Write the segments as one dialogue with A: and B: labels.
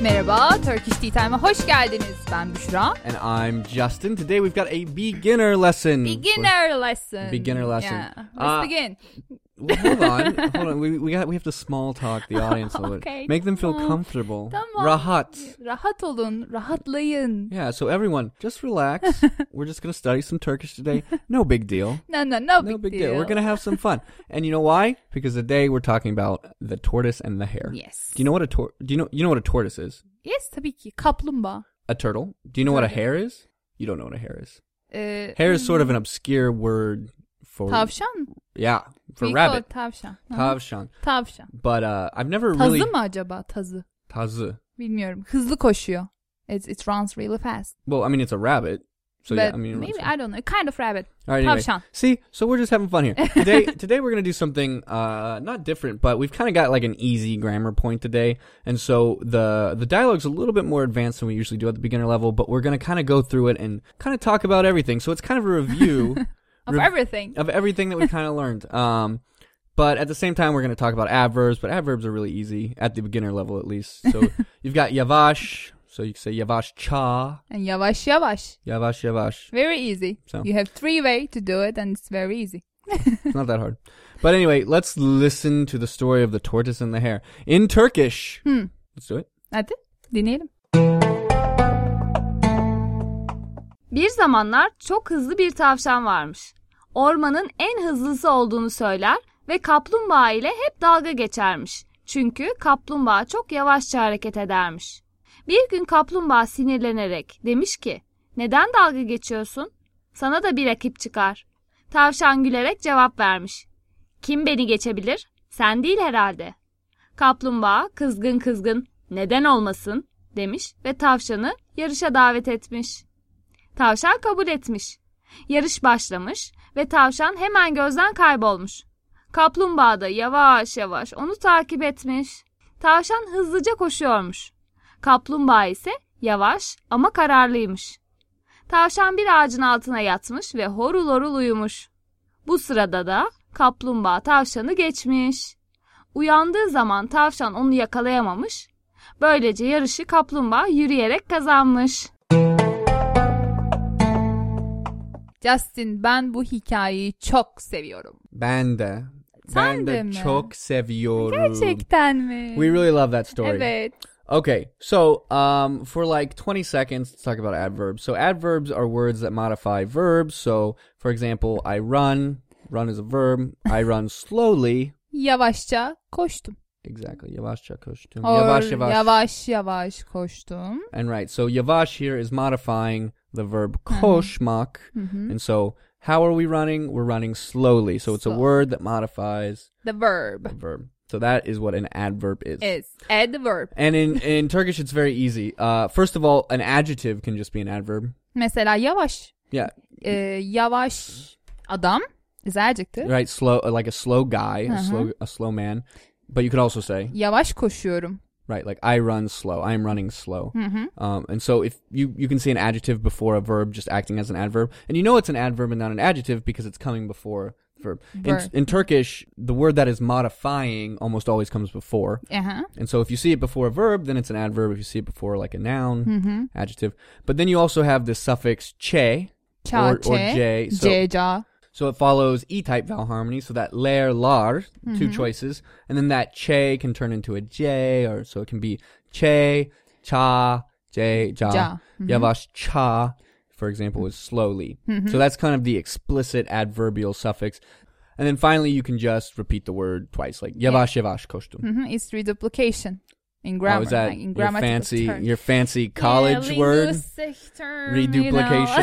A: Merhaba, Turkish Tea Time'a hoş geldiniz. Ben Büşra.
B: And I'm Justin. Today we've got a beginner lesson.
A: Beginner lesson.
B: Beginner lesson.
A: Yeah. Let's
B: Uh,
A: begin.
B: Well, hold on, hold on. We we, got, we have to small talk the audience a little bit.
A: Okay,
B: Make them feel
A: tamam.
B: comfortable.
A: Tamam.
B: Rahat.
A: Rahat olun, rahatlayın.
B: Yeah. So everyone, just relax. We're just gonna study some Turkish today. No big deal.
A: No, no, no,
B: No big deal. We're gonna have some fun. And you know why? Because today we're talking about the tortoise and the hare.
A: Yes.
B: Do you know what a tor- Do you know you know what a tortoise is?
A: Yes, tabii ki. Kaplumbağa.
B: A turtle. Do you know what a
A: Turtle. Mm.
B: hare is? You don't know what a hare is.
A: Ee, hmm,
B: Hare is sort of an obscure word for
A: Tavşan.
B: yeah for
A: We call
B: rabbit.
A: it Tavşan. Hı hı.
B: Tavşan.
A: Tavşan.
B: But uh, I've never
A: Tazı
B: really
A: mı acaba tazı?
B: tazı.
A: Bilmiyorum. Hızlı koşuyor. It, it runs really fast.
B: Well, I mean it's a rabbit, so
A: But
B: yeah. I mean,
A: maybe
B: it's-
A: I don't know. Kind of rabbit.
B: all right. Anyway,
A: tavşan.
B: see, so we're just having fun here today. today we're gonna do something uh, not different, but we've kind of got like an easy grammar point today, and so the the dialogue's a little bit more advanced than we usually do at the beginner level. But we're gonna kind of go through it and kind of talk about everything. So it's kind of a review
A: Of
B: Rev-
A: everything.
B: of everything that we kind of learned. Um, but at the same time, we're going to talk about adverbs. But adverbs are really easy at the beginner level, at least. So you've got yavash. So you can say yavash cha,
A: And yavaş yavaş.
B: yavash yavash.
A: Very easy.
B: So.
A: You have three way to do it, and it's very easy.
B: It's not that hard. But anyway, let's listen to the story of the tortoise and the hare in Turkish.
A: Hmm.
B: Let's do it.
A: Hadi dinleyelim.
C: Bir zamanlar çok hızlı bir tavşan varmış. Ormanın en hızlısı olduğunu söyler ve kaplumbağa ile hep dalga geçermiş. Çünkü kaplumbağa çok yavaşça hareket edermiş. Bir gün kaplumbağa sinirlenerek demiş ki, "Neden dalga geçiyorsun? Sana da bir rakip çıkar." Tavşan gülerek cevap vermiş. "Kim beni geçebilir? Sen değil herhalde." Kaplumbağa kızgın kızgın, "Neden olmasın?" demiş ve tavşanı yarışa davet etmiş. Tavşan kabul etmiş. Yarış başlamış ve tavşan hemen gözden kaybolmuş. Kaplumbağa da yavaş yavaş onu takip etmiş. Tavşan hızlıca koşuyormuş. Kaplumbağa ise yavaş ama kararlıymış. Tavşan bir ağacın altına yatmış ve horul horul uyumuş. Bu sırada da kaplumbağa tavşanı geçmiş. Uyandığı zaman tavşan onu yakalayamamış. Böylece yarışı kaplumbağa yürüyerek kazanmış.
A: Justin ben bu hikayeyi çok seviyorum.
B: Ben de.
A: Sen
B: Ben
A: de
B: de
A: mi?
B: çok seviyorum.
A: Gerçekten mi?
B: Hmm. We really love that story.
A: Evet.
B: Okay, so um, for like 20 seconds, let's talk about adverbs. So adverbs are words that modify verbs. So, for example, I run. Run is a verb. I run slowly.
A: Yavaşça koştum.
B: Exactly. Yavaşça koştum.
A: Or
B: Yavaş yavaş.
A: yavaş yavaş koştum.
B: And right, so yavash here is modifying the verb koşmak. And so, how are we running? We're running slowly. So it's a
A: Slow.
B: word that modifies
A: The verb
B: a verb. So that is what an adverb is.
A: is adverb.
B: And in, in Turkish, it's very easy. Uh, first of all, an adjective can just be an adverb.
A: Mesela yavaş.
B: Yeah,
A: Ee, yavaş adam is adjective.
B: right. Slow, uh, like a slow guy, a slow, a slow man. But you could also say
A: Yavaş koşuyorum.
B: right, like I run slow. I'm running slow.
A: Hmm.
B: Um, and so if you you can see an adjective before a verb, just acting as an adverb, and you know it's an adverb and not an adjective because it's coming before the verb.
A: Verb.
B: In, in Turkish, the word that is modifying almost always comes before.
A: Aha.
B: And so if you see it before a verb, then it's an adverb. If you see it before like a noun,
A: Hmm.
B: adjective, but then you also have the suffix che.
A: Ça,
B: Or- or
A: çe,
B: J, so-
A: ce, ca.
B: So it follows E type vowel harmony. So that ler, lar,
A: Mm-hmm.
B: two choices. And then that che can turn into a j, or so it can be che, cha, j, ja.
A: Ja. Mm-hmm.
B: Yavaş cha, for example, is slowly. So that's kind of the explicit adverbial suffix. And then finally, you can just repeat the word twice, like yavash, yavaş, koştum.
A: Hı hı, It's reduplication. In
B: Oh,
A: Mm-hmm. grammar.
B: is that
A: like in
B: your
A: grammatical
B: fancy,
A: term.
B: your fancy college
A: Yeah,
B: word?
A: linguistic term,
B: Reduplication.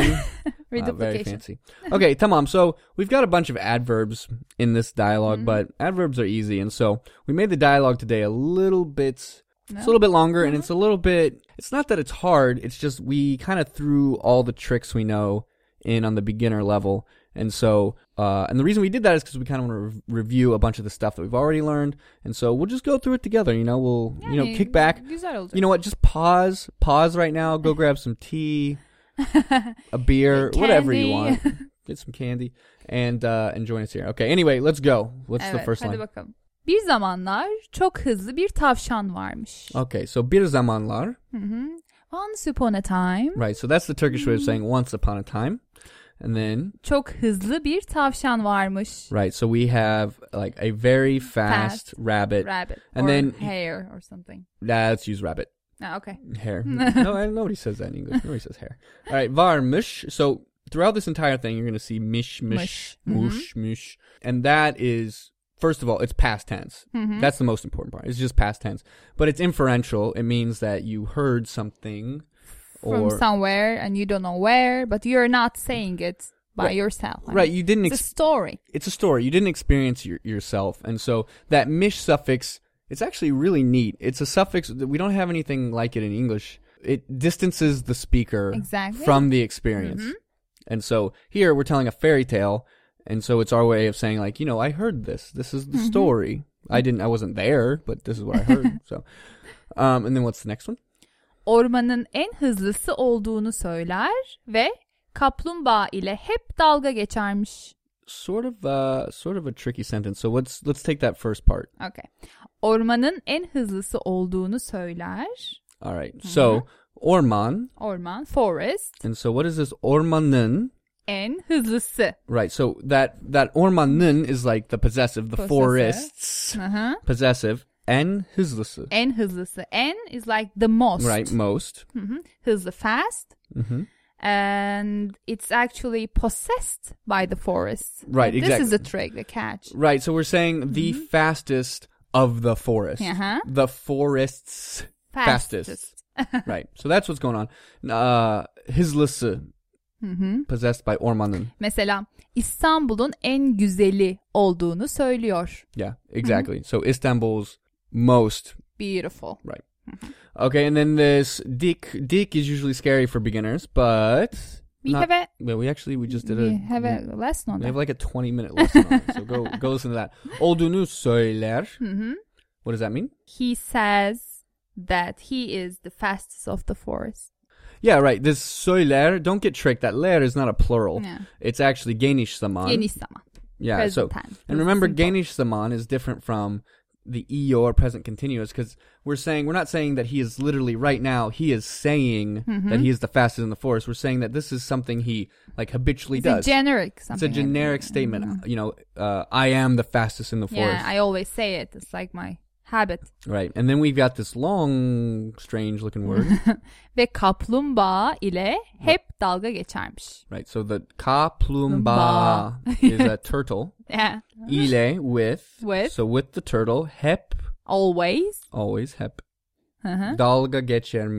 A: you know.
B: Wow, Uh, very
A: Reduplication.
B: fancy. Okay, tamam. So we've got a bunch of adverbs in this dialog but adverbs are easy, and so we made the dialogue today a little bit. It's a little bit longer, and it's a little bit. It's not that it's hard. It's just we kind of threw all the tricks we know in on the beginner level, and so uh, and the reason we did that is because we kind of want to re- review a bunch of the stuff that we've already learned, and so we'll just go through it together. You know, we'll you know
A: Yani
B: kick back.
A: Güzel olacak.
B: You know what? Just pause. Pause right now. Go grab some tea, a beer, whatever you want.
A: candy.
B: Get some candy and uh, and join us here. Okay. Anyway, let's go. What's
A: evet,
B: the first
A: hadi
B: line?
A: bakalım. Bir zamanlar çok hızlı bir tavşan varmış.
B: Okay, so bir zamanlar,
A: Once upon a time
B: right? So that's the Turkish way of saying once upon a time, and then
A: çok hızlı bir tavşan varmış.
B: right. So we have like a very fast,
A: Fast.
B: rabbit.
A: Rabbit
B: And
A: or
B: then-
A: hare or something.
B: Let's use rabbit.
A: Ah, okay.
B: Hair. no, I, nobody says that in English. Nobody says hair. All right, varmış. So throughout this entire thing, you're going to see mish, mish,
A: Mush. Mm-hmm.
B: mush, mush, and that is first of all, it's past tense.
A: Mm-hmm.
B: That's the most important part. It's just past tense, but it's inferential. It means that you heard something,
A: From
B: or
A: somewhere and you don't know where, but you're not saying it by
B: Right.
A: yourself. I
B: right,
A: mean,
B: you didn't.
A: it's a
B: Ex-
A: story.
B: it's a story. You didn't experience your, yourself, and so that mish suffix. It's actually really neat. It's a suffix that we don't have anything like it in English. It distances the speaker
A: Exactly.
B: from the experience, and so here we're telling a fairy tale, and so it's our way of saying like, you know, I heard this. This is the story. I didn't. I wasn't there, but this is what I heard. so, um, and then what's the next one?
A: Ormanın en hızlısı olduğunu söyler ve kaplumbağa ile hep dalga geçermiş.
B: Sort of, uh, sort of a tricky sentence. So let's let's take that first part.
A: Okay. Ormanın en hızlısı olduğunu söyler.
B: All right. So orman.
A: Orman, forest,
B: And so what is this ormanın?
A: en hızlısı.
B: Right. So that that ormanın is like the possessive, the
A: Possessive.
B: forests
A: Hı-hı.
B: possessive and hızlısı.
A: En hızlısı. En is like the most.
B: Right, most.
A: Hı-hı. Hızlı, fast.
B: hmm
A: And it's actually possessed by the forest.
B: Right,
A: This
B: exactly.
A: is the trick, the catch.
B: Right. So we're saying the fastest of the forest.
A: Mm-hmm. Uh-huh.
B: The forests fastest. right. So that's what's going on. Uh, hızlısı
A: Hı-hı.
B: possessed by ormanın.
A: Mm-hmm. Mesela İstanbul'un en güzeli olduğunu söylüyor.
B: Yeah, exactly.
A: Mm-hmm.
B: So Istanbul's most
A: Beautiful.
B: Right. Okay, and then this Dick. Dick is usually scary for beginners, but
A: We
B: not-
A: have a
B: Well, we actually we just did a
A: we have a lesson on
B: we
A: that.
B: have like a twenty minute lesson. on it, so go go listen to that. Olduğunu söyler.
A: Hı-hı.
B: What does that mean?
A: Mm-hmm. he says that he is the fastest of the forest.
B: Yeah, right. This söyler. Don't get tricked. That ler is not a plural.
A: Yeah.
B: It's actually geniş zaman.
A: Geniş zaman.
B: Yeah.
A: present
B: so
A: tense.
B: and remember,
A: Simple.
B: geniş zaman is different from the eor present continuous because we're saying we're not saying that he is literally right now. He is saying
A: Mm-hmm.
B: that he is the fastest in the forest. We're saying that this is something he like habitually
A: It's a
B: does.
A: generic
B: it's
A: something. Mm-hmm.
B: a generic statement. You know, uh, I am the fastest in the
A: Yeah,
B: forest.
A: I always say it. It's like my habit.
B: Right. And then we've got this long, strange looking word.
A: Ve kaplumbağa ile hep dalga geçermiş.
B: right. So the kaplumbağa is a turtle.
A: Yeah.
B: Ile with.
A: Uh-huh. With.
B: So with the turtle. Hep.
A: Always.
B: Always hep.
A: Hı-hı.
B: Dalga geçermiş.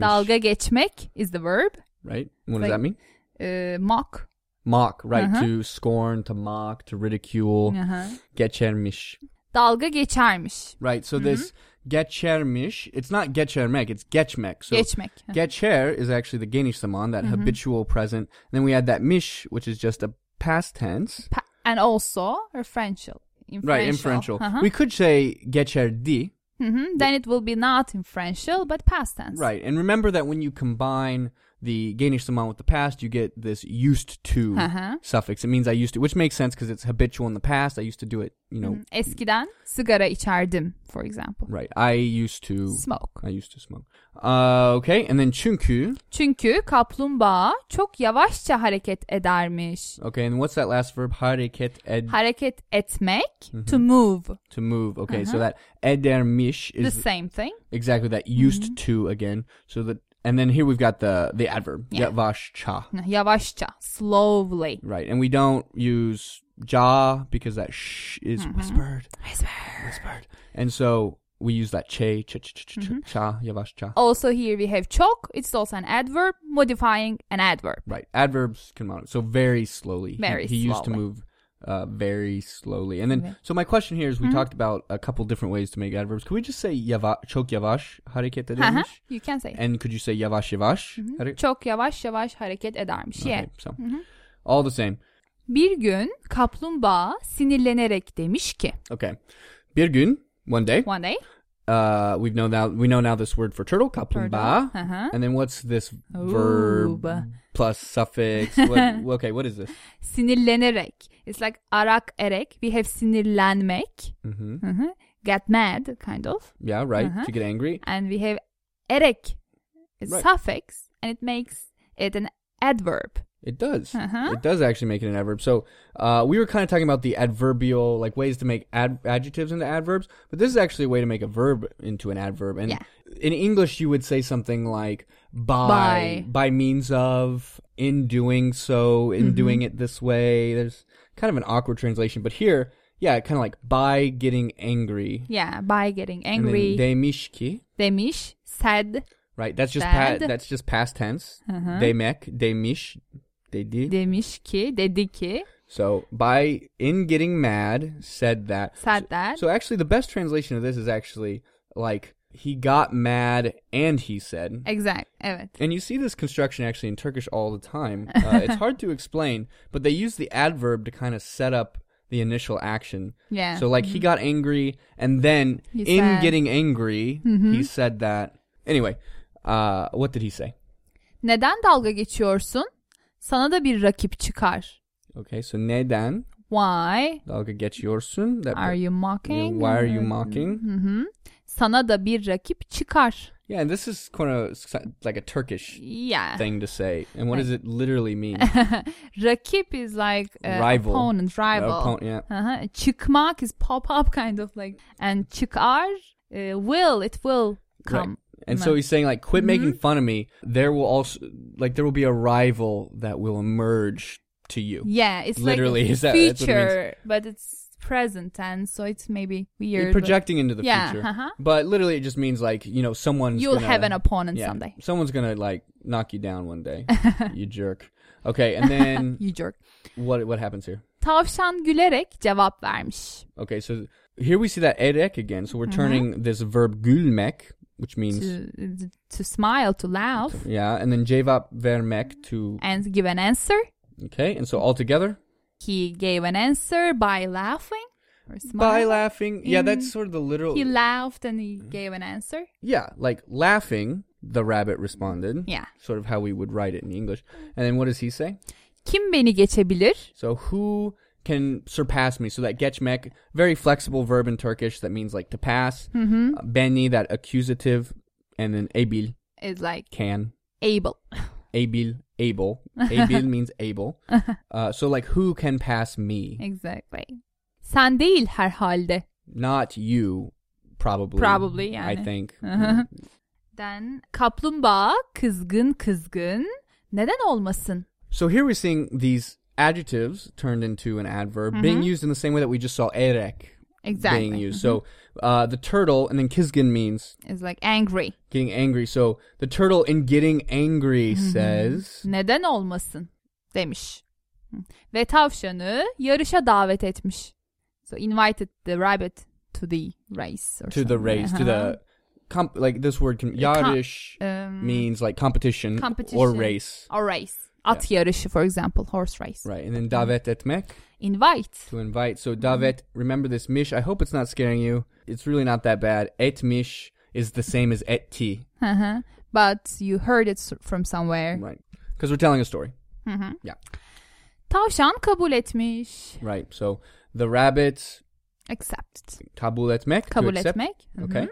A: Uh-huh. Dalga geçmek is the verb.
B: Right. What
A: Like-
B: does that mean?
A: Ee, mock.
B: Mock. Right.
A: Uh-huh.
B: To scorn, to mock, to ridicule.
A: Hı-hı.
B: Geçermiş.
A: Dalga geçermiş.
B: Right. So this
A: Mm-hmm.
B: geçermiş. It's not geçermek. It's geçmek. So
A: geçmek. Hı.
B: Geçer is actually the Geniş zaman, that
A: Mm-hmm.
B: habitual present. And then we add that mish, which is just a past tense.
A: Pa- and also referential.
B: Right, inferential.
A: Hı-hı.
B: We could say geçerdi.
A: Hı-hı. Then it will be not inferential but past tense.
B: Right. And remember that when you combine the Geniş zaman with the past, you get this used to
A: Hı-hı.
B: suffix. It means I used to, which makes sense because it's habitual in the past. I used to do it, you know.
A: Hmm, Eskiden sigara içerdim for example.
B: Right. I used to.
A: Smoke.
B: I used to smoke. Uh, okay. And then çünkü.
A: Çünkü kaplumbağa çok yavaşça hareket edermiş.
B: Okay. And what's that last verb? Hareket ed.
A: Hareket etmek to move
B: to move. Okay. So that edermiş
A: the
B: is
A: same thing.
B: exactly that used to again so that and then here we've got the the adverb
A: Yeah.
B: yatvaşça
A: Yavaşça, slowly.
B: right and we don't use ja because that sh is
A: Mm-hmm.
B: whispered
A: Whisper.
B: whispered and so we use that che cha cha cha
A: Mm-hmm.
B: cha cha yavaşça
A: Also here we have çok. It's also an adverb modifying an adverb.
B: right adverbs can modify so very slowly He-
A: Very
B: he, used to
A: slowly.
B: move uh, very slowly and then
A: Okay.
B: so my question here
A: Mm-hmm.
B: is we talked about a couple different ways to make adverbs could we just say yava çok yavaş hareket
A: Haha,
B: edilmiş
A: you can say.
B: and could you say yavaş yavaş Hare-
A: Çok yavaş yavaş hareket edermiş. Mm-hmm. Yeah. Mm-hmm.
B: Okay, so all the same
A: Bir gün kaplumbağa sinirlenerek demiş ki.
B: Okay. Bir gün, one day.
A: One day.
B: Uh, we've known now we know now this word for turtle, kaplumbağa.
A: Turtle, uh-huh.
B: And then what's this
A: Ooh.
B: verb plus suffix? what, okay, what is this?
A: sinirlenerek. It's like arak erek. We have sinirlenmek. Hı hı. get mad, kind of.
B: Mm-hmm. Yeah, right.
A: Uh-huh.
B: To get angry.
A: And we have erek, a
B: Right.
A: suffix, and it makes it an adverb.
B: It does.
A: Uh-huh.
B: It does actually make it an adverb. So uh, we were kind of talking about the adverbial, like ways to make ad- adjectives into adverbs, but this is actually a way to make a verb into an adverb. And
A: Yeah.
B: in English, you would say something like by,
A: By.
B: by means of, in doing so,
A: Mm-hmm.
B: in doing it this way. There's kind of an awkward translation, but here, yeah, kind of like by getting angry.
A: Yeah, by getting
B: And then
A: angry.
B: demişki,
A: Demiş, said,
B: right? That's just pa-
A: Said.
B: that's just past tense.
A: Hı hı.
B: Demek, demiş, dedi.
A: demiş ki, dedi ki,
B: So by in getting mad said that.
A: said that.
B: So actually the best translation of this is actually like he got mad and he said.
A: exact, evet.
B: And you see this construction actually in Turkish all the time. Uh, it's hard to explain, but they use the adverb to kind of set up the initial action.
A: Yeah. Mm-hmm.
B: So like he got angry and then
A: He
B: in
A: said- Mm-hmm.
B: getting angry he said that. Anyway, uh what did he say?
A: Neden dalga geçiyorsun? Sana da bir rakip çıkar.
B: Okay, so neden
A: Why
B: dalga geçiyorsun? That
A: are you mocking? Mm-hmm.
B: why are you mocking?
A: Hı hı. Sana da bir rakip çıkar.
B: Yeah, and this is kind of like a Turkish
A: Yeah.
B: thing to say. And what does it literally mean?
A: Rakip is like uh,
B: Rival.
A: opponent, rival.
B: Oppo- yeah.
A: Aha, Çıkmak is pop up kind of like and çıkar e, will it will come. Mm-hmm.
B: And so he's saying like, quit making fun of me. There will also like there will be a rival that will emerge to you.
A: Yeah, it's
B: Literally,
A: like a
B: is that- that's what it means.
A: future but it's present tense so it's maybe weird. but
B: You're projecting into the
A: Yeah,
B: future,
A: uh-huh.
B: but literally it just means like you know someone's
A: You'll
B: gonna-
A: have an opponent
B: yeah,
A: someday.
B: Someone's gonna like knock you down one day. you jerk. Okay, and then
A: You jerk.
B: what what happens here?
A: Tavşan gülerek cevap vermiş.
B: Okay, so here we see that erek again. So we're turning this verb gülmek, which means
A: Mm-hmm. To, to smile, to laugh
B: Yeah, and then cevap vermek to
A: and give an answer.
B: okay, and so all together
A: He gave an answer by laughing or
B: by
A: smiling.
B: laughing. Yeah,
A: in-
B: that's sort of the literal.
A: Mm. he laughed and he gave an answer.
B: yeah, like laughing. The rabbit responded.
A: Yeah.
B: sort of how we would write it in English. And then what does he say?
A: Kim beni geçebilir?
B: So who can surpass me? So that geçmek, very flexible verb in Turkish that means like to pass. Mm-hmm. Beni, that accusative, and then abil
A: Is like
B: can
A: able.
B: abil able abil means able. Uh, so like who can pass me?
A: Exactly. Sen değil herhalde.
B: not you probably
A: Probably, Uh-huh. yani.
B: i think
A: Den kaplumbağa kızgın kızgın. Neden olmasın?
B: so here we're seeing these adjectives turned into an adverb being used in the same way that we just saw erek
A: Mm-hmm. Exactly. Mm-hmm.
B: being used so uh, the turtle and then kizgin means
A: Is like angry.
B: getting angry so the turtle in getting angry
A: Mm-hmm.
B: says
A: Neden olmasın? Demiş. Ve tavşanı yarışa davet etmiş. So invited the rabbit to the race. Or
B: to the
A: something.
B: race to the comp- like this word can
A: Uh-huh. com-
B: yarish
A: um,
B: means like competition,
A: competition.
B: or race
A: Or race. At yarışı for example. Horse race.
B: right and then
A: Mm-hmm.
B: davet etmek
A: Invite.
B: to invite.
A: Mm-hmm.
B: So Davet, remember this mish. I hope it's not scaring you. It's really not that bad. Et mish is the same as et ti,
A: Hı hı. But you heard it s- from somewhere.
B: right? Because we're telling a story,
A: Tavşan kabul etmiş.
B: right? So the rabbit
A: Accepted.
B: kabul etmek, to
A: Kabul Mm-hmm.
B: accept.
A: etmek. Hı hı.
B: Okay.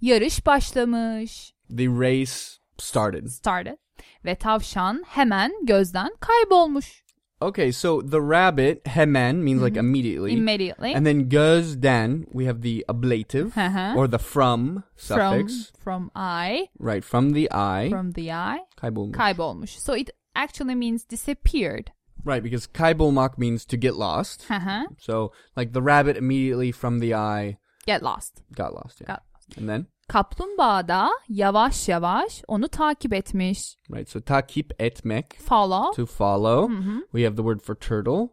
A: Yarış başlamış.
B: The race started.
A: Started. Ve tavşan hemen gözden kaybolmuş.
B: Okay, so the rabbit hemen means like immediately,
A: Mm-hmm. Immediately.
B: and then gözden we have the ablative
A: Uh-huh.
B: or the from suffix,
A: From, from I.
B: right? From the eye,
A: From the I.
B: kaybol.
A: Kaybolmuş. So it actually means disappeared.
B: right, because kaybolmak means to get lost.
A: Hı hı.
B: So like the rabbit immediately from the eye
A: Get lost.
B: Got lost. Yeah.
A: Got
B: And then
A: Kaplumbağa da yavaş yavaş onu takip etmiş.
B: right. So takip etmek
A: Follow. Mm-hmm.
B: to follow. We have the word for turtle.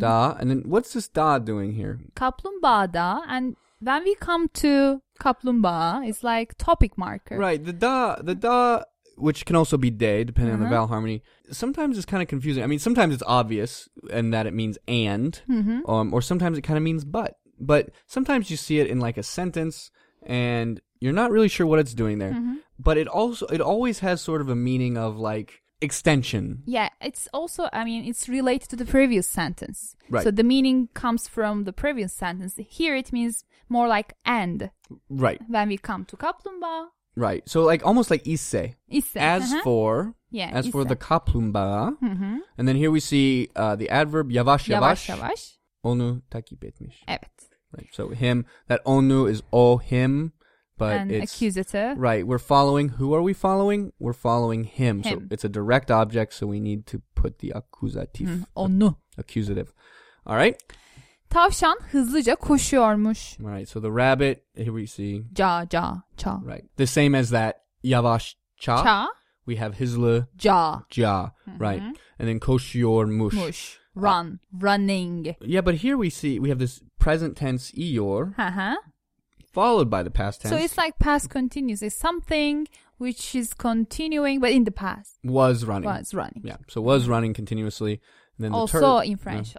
B: Da. And then what's this da doing here?
A: Kaplumbağa da and when we come to kaplumbağa it's like topic marker.
B: Right. The da. The da. Which can also be de, depending
A: Mm-hmm.
B: on the vowel harmony. Sometimes it's kind of confusing. I mean, sometimes it's obvious and that it means and,
A: Mm-hmm.
B: um, or sometimes it kind of means but. But sometimes you see it in like a sentence,
A: Mm-hmm.
B: and you're not really sure what it's doing there. But it also it always has sort of a meaning of like extension.
A: Yeah, it's also, I mean, it's related to the previous sentence.
B: Right.
A: So the meaning comes from the previous sentence. Here it means more like and.
B: Right.
A: When we come to kaplumbağa,
B: Right. So like almost like ise.
A: ise.
B: As
A: Aha.
B: for
A: Yeah,
B: as for
A: ise.
B: the kaplumbağa.
A: Hı-hı.
B: And then here we see uh, the adverb yavaş yavaş,
A: Mm-hmm. Yavaş yavaş.
B: onu takip etmiş.
A: Evet.
B: Right. So him that onu is o him, but
A: and
B: it's
A: accusative.
B: right. We're following. Who are we following? We're following him. So
A: Him.
B: it's a direct object. So we need to put the accusative.
A: Hı, Onu.
B: Accusative. All right.
A: Tavşan hızlıca koşuyormuş.
B: All right. So the rabbit. Here we see
A: Ca ca ça.
B: right the same as that yavaş cha.
A: Ça
B: We have hizle
A: ca
B: ja.
A: Mm-hmm.
B: Right. And then koşuyor
A: muş. Run. Running.
B: Yeah, but here we see we have this present tense ior
A: Hı hı.
B: followed by the past tense
A: So it's like past continuous. It's something which is continuing, but in the past.
B: was running.
A: Well, it's running.
B: Yeah, so was running continuously. And then the
A: also
B: tur-
A: in
B: Yeah.
A: French.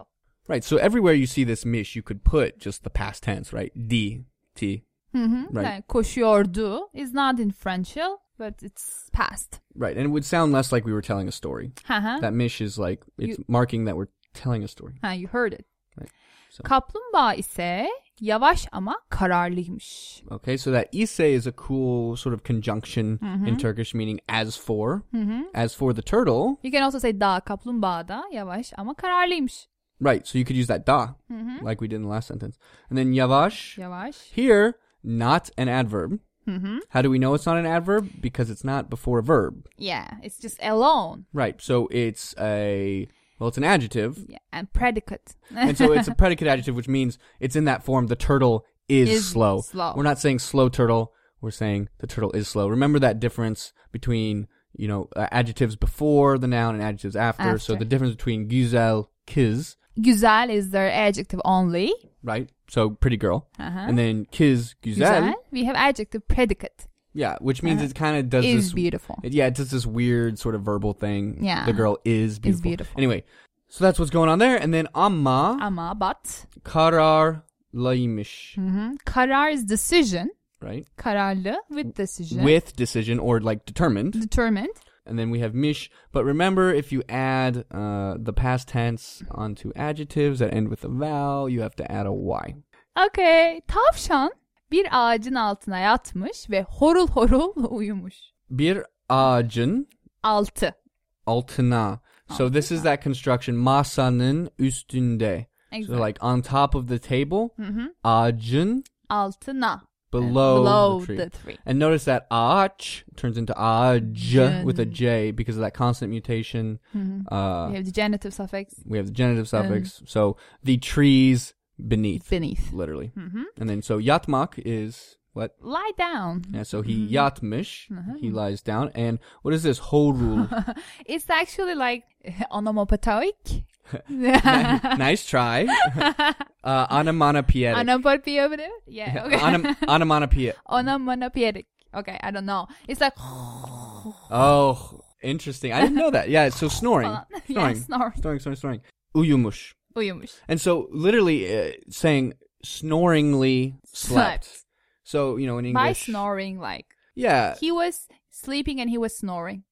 B: Right. So everywhere you see this mish, you could put just the past tense, right? D T.
A: Hı hı. Yani
B: Right.
A: Mm-hmm. koşuyordu is not in French, but it's past.
B: Right. And it would sound less like we were telling a story.
A: Hı hı.
B: That mish is like it's
A: Ah. You-
B: marking that we're telling a story.
A: Ha, you heard it.
B: Right. So-
A: Kaplumbağa ise yavaş ama kararlıymış.
B: Okay, so that ise is a cool sort of conjunction
A: Mm-hmm.
B: in Turkish meaning as for. As for the turtle.
A: You can also say da kaplumbağa da yavaş ama kararlıymış.
B: Right, so you could use that da,
A: Mm-hmm.
B: like we did in the last sentence. And then yavash.
A: Yavaş.
B: Here, not an adverb.
A: Hmm?
B: How do we know it's not an adverb? Because it's not before a verb.
A: Yeah, it's just alone.
B: Right. So it's a well, it's an adjective,
A: Yeah, and predicate.
B: and so it's a predicate adjective, which means it's in that form. The turtle is,
A: Is
B: slow.
A: slow.
B: We're not saying slow turtle. We're saying the turtle is slow. Remember that difference between you know uh, adjectives before the noun and adjectives after. So
A: After.
B: the difference between güzel, kiz,
A: Güzel is their adjective only.
B: right? So pretty girl,
A: Uh-huh.
B: and then kiz güzel,
A: Güzel. We have adjective predicate.
B: yeah, which means
A: Uh-huh.
B: it kind of does
A: Is
B: this
A: beautiful.
B: It, yeah, it does this weird sort of verbal thing.
A: Yeah.
B: the girl is beautiful.
A: beautiful.
B: Anyway, so that's what's going on there, and then amma.
A: Ama but.
B: kararlıymış,
A: Hı-hı. Karar is decision.
B: right?
A: Kararlı with decision.
B: With decision or like determined.
A: Determined.
B: And then we have mish. But remember, if you add uh, the past tense onto adjectives that end with a vowel, you have to add a y.
A: Okay. Tavşan bir ağacın altına yatmış ve horul horul uyumuş.
B: Bir ağacın
A: Altı.
B: altına. So this is that construction. Masanın üstünde. So
A: Exactly.
B: like on top of the table.
A: Mhm.
B: Ağacın
A: Altına.
B: below,
A: Below
B: the tree.
A: the tree.
B: And notice that ach turns into aj with
A: Jun.
B: a
A: Mm-hmm.
B: j because of that consonant mutation. Uh,
A: We have the genitive suffix
B: We have the genitive suffix. so the trees beneath,
A: beneath.
B: literally. And then so yatmak is what?
A: Lie down.
B: Yeah, so he yatmish, he lies down. And what is this horul?
A: It's actually like onomatopoeic.
B: nice try. uh, onomatopoeic.
A: Onomatopoeic? Yeah. Okay.
B: Onom- onomatopoeic.
A: Onomatopoeic. Okay, I don't know. It's like
B: Oh, interesting. I didn't know that. Yeah, so snoring.
A: Falan. Yeah,
B: Snoring.
A: snoring.
B: Snoring, snoring, snoring. Uyumuş.
A: uyumuş.
B: And so literally uh, saying snoringly slept.
A: Slept.
B: So, you know, in English. Uh,
A: By snoring, like
B: Yeah.
A: he was sleeping and he was snoring.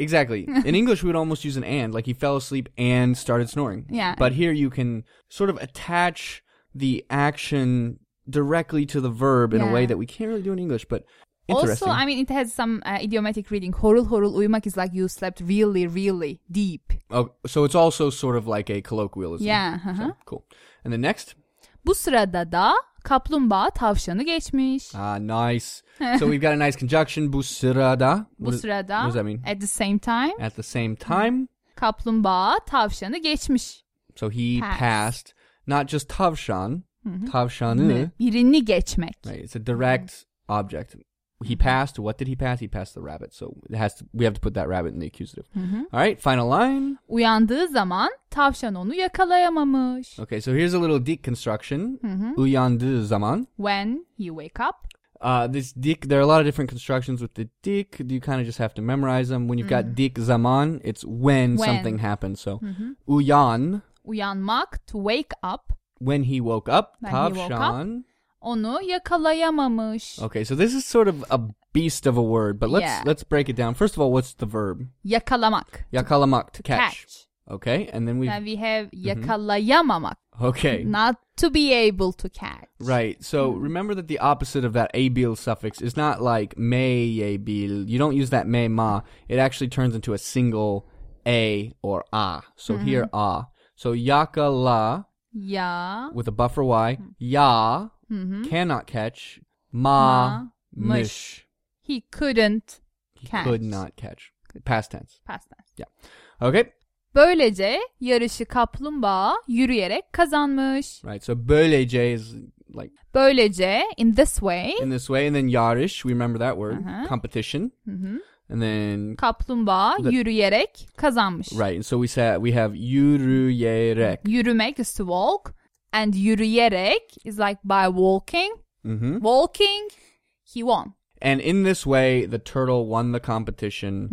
B: exactly. In English, we would almost use an and, like he fell asleep and started snoring.
A: Yeah.
B: But here you can sort of attach the action directly to the verb in a
A: Yeah.
B: way that we can't really do in English, but
A: Also,
B: interesting.
A: I mean, it has some uh, idiomatic reading. Horul horul uyumak is like you slept really, really deep.
B: oh, so it's also sort of like a colloquialism.
A: Yeah. uh-huh. hı
B: So,
A: hı.
B: cool. And then next.
A: Bu sırada da kaplumbağa tavşanı geçmiş.
B: Ah, nice. so we've got a nice conjunction, bu sırada.
A: Bu
B: What is-
A: sırada
B: what does that mean?
A: at the same time
B: At the same time.
A: kaplumbağa tavşanı geçmiş.
B: So
A: Passed.
B: he
A: Mm-hmm.
B: passed not just tavşan, tavşanı.
A: Birini geçmek.
B: Right, it's a direct object. He
A: Mm-hmm.
B: passed. What did he pass? He passed the rabbit. So it has to, we have to put that rabbit in the accusative.
A: Mm-hmm.
B: All right, final line.
A: Uyandığı zaman tavşan onu yakalayamamış.
B: Okay, so here's a little deconstruction.
A: Mm-hmm.
B: Uyandı zaman.
A: When you wake up,
B: Uh, this dik. There are a lot of different constructions with the dik. You kind of just have to memorize them. When you've got dik zaman, it's when,
A: Mm. When. Mm-hmm.
B: something happens. So uyan
A: uyanmak to wake up.
B: when he woke up.
A: When he woke up.
B: Tavşan
A: onu yakalayamamış.
B: Okay, so this is sort of a beast of a word, but let's
A: Yeah.
B: let's break it down. First of all, what's the verb?
A: Yakalamak.
B: Yakalamak, to catch. Okay, and then we
A: Then
B: Mm-hmm.
A: we have yakalayamamak.
B: okay.
A: Not Hmm. to be able to catch.
B: Right. So remember that the opposite of that abil suffix is not like me abil. You don't use that me ma. It actually turns into a single a or a. So
A: Mm-hmm.
B: here a. So yaka la
A: Ya.
B: with a buffer y.
A: Hmm.
B: Ya cannot catch. Ma,
A: Mm-hmm. Ma,
B: mish.
A: mish. He couldn't
B: He
A: Catch.
B: could not catch. Past tense.
A: pass that.
B: Okay.
A: Böylece yarışı kaplumbağa yürüyerek kazanmış.
B: Right. So böylece is like
A: Böylece in this way
B: in this way, and then yarish. We remember that word.
A: Eh. Uh-huh.
B: Competition.
A: Mhm.
B: And then
A: kaplumbağa
B: The-
A: yürüyerek kazanmış.
B: right. And so we said we have yürüyerek.
A: Yürümek is to walk and yürüyerek is like by walking.
B: Mm-hmm.
A: Walking he won
B: And in this way, the turtle won the competition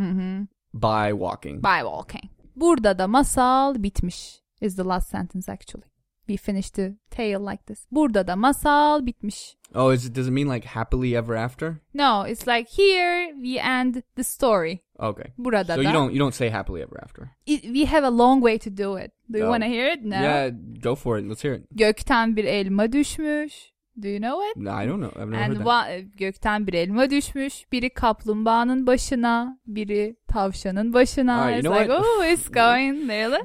B: by walking.
A: by walking. Burada da masal bitmiş is the last sentence actually. We finished the tale like this. Burada da masal bitmiş.
B: Oh, is it, does it mean like happily ever after?
A: No, it's like here we end the story.
B: Okay.
A: Burada
B: so
A: da.
B: you don't you don't say happily ever after.
A: It- we have a long way to do it. Do you
B: Oh.
A: want to hear it? No.
B: Yeah, go for it. Let's hear it.
A: Gökten bir elma düşmüş. Do you know it?
B: No, I don't know. I've never
A: And
B: heard that.
A: one- gökten bir elma düşmüş. Biri kaplumbağanın başına, biri tavşanın başına.
B: All right, you
A: it's
B: know
A: like,
B: what?
A: oh, it's going nearly.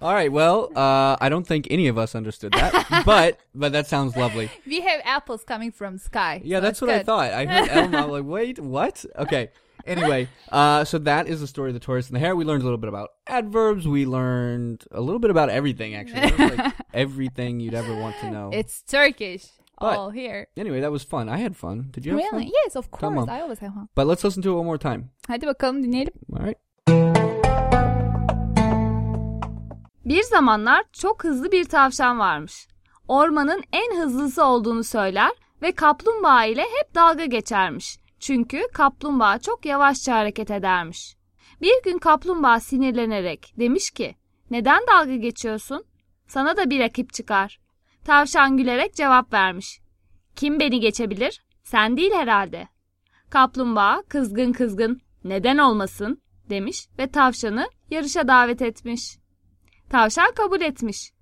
B: All right. Well, uh, I don't think any of us understood that, but but that sounds lovely.
A: we have apples coming from sky.
B: Yeah,
A: so
B: that's
A: it's
B: what I
A: good.
B: thought. I heard Elm. I'm like, wait, what? Okay. Anyway, uh, so that is the story of the tortoise and the hare. We learned a little bit about adverbs. We learned a little bit about everything, actually. That was, like, everything you'd ever want to know.
A: It's Turkish.
B: But-
A: all here.
B: Anyway, that was fun. I had fun. Did you have
A: Really?
B: fun?
A: Yes, of course.
B: Tamam.
A: I always have fun.
B: But let's listen to it one more time.
A: Hadi bakalım dinleyelim.
B: All right.
C: Bir zamanlar çok hızlı bir tavşan varmış. Ormanın en hızlısı olduğunu söyler ve kaplumbağa ile hep dalga geçermiş. Çünkü kaplumbağa çok yavaşça hareket edermiş. Bir gün kaplumbağa sinirlenerek demiş ki, "Neden dalga geçiyorsun? Sana da bir rakip çıkar." Tavşan gülerek cevap vermiş. "Kim beni geçebilir? Sen değil herhalde." Kaplumbağa kızgın kızgın, "Neden olmasın?" demiş ve tavşanı yarışa davet etmiş. Tavşan kabul etmiş.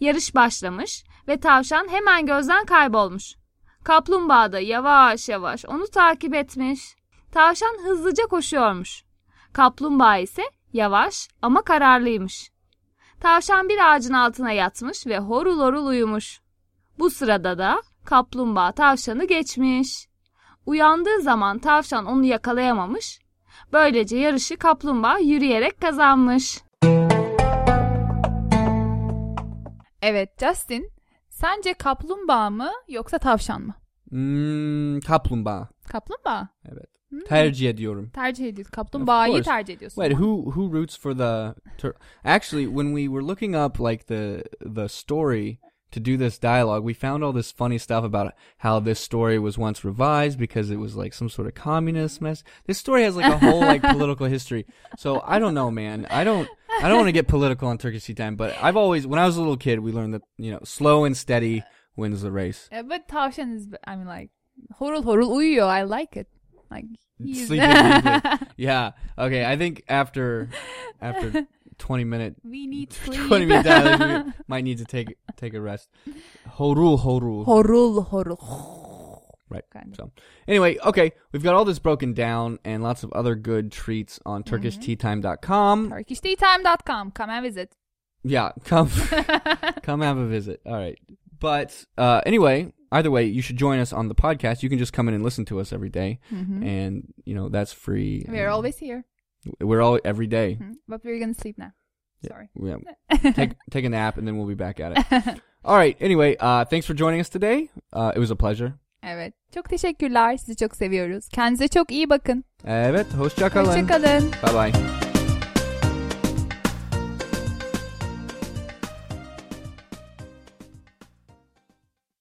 C: Yarış başlamış ve tavşan hemen gözden kaybolmuş. Kaplumbağa da yavaş yavaş onu takip etmiş. Tavşan hızlıca koşuyormuş. Kaplumbağa ise yavaş ama kararlıymış. Tavşan bir ağacın altına yatmış ve horul horul uyumuş. Bu sırada da kaplumbağa tavşanı geçmiş. Uyandığı zaman tavşan onu yakalayamamış. Böylece yarışı kaplumbağa yürüyerek kazanmış.
A: Evet Justin, sence kaplumbağa mı yoksa tavşan mı?
B: Mm, kaplumbağa.
A: Kaplumbağa.
B: Evet.
A: Hmm.
B: Tercih ediyorum.
A: tercih ediyorsun.
B: Of
A: Kaplumbağayı
B: course.
A: tercih ediyorsun.
B: Wait, who who roots for the tur- Actually, when we were looking up like the the story to do this dialogue, we found all this funny stuff about how this story was once revised because it was like some sort of communist mess. This story has like a whole like political history. So I don't know, man. I don't I don't want to get political on Turkish Tea Time, but I've always when I was a little kid, we learned that you know slow and steady wins the race.
A: Yeah, E, but tavşan is I mean like horul horul uyuyor. I like it. Like he's
B: Sleep in, sleep in. yeah. Okay. I think after after twenty minute
A: we need sleep.
B: twenty minute dialogue, we might need to take take a rest. Horul horul.
A: horul horul.
B: Right.
A: Kind of.
B: So anyway, okay, we've got all this broken down and lots of other good treats on
A: Mm-hmm.
B: TurkishTeaTime.com.
A: TurkishTeaTime.com. Come and visit.
B: Yeah, come come have a visit. All right. But uh, anyway, either way, you should join us on the podcast. You can just come in and listen to us every day. and you know that's free.
A: We're
B: and
A: Mm-hmm. always here.
B: we're all every day.
A: Hmm, But we're gonna sleep now.
B: Yeah.
A: Sorry.
B: Yeah. take take a nap and then we'll be back at it. All right. Anyway, uh, thanks for joining us today. Uh, it was a pleasure.
A: Evet. Çok teşekkürler. Sizi çok seviyoruz. Kendinize çok iyi bakın.
B: Evet, hoşça kalın.
A: Hoşçakalın.
B: Bye bye.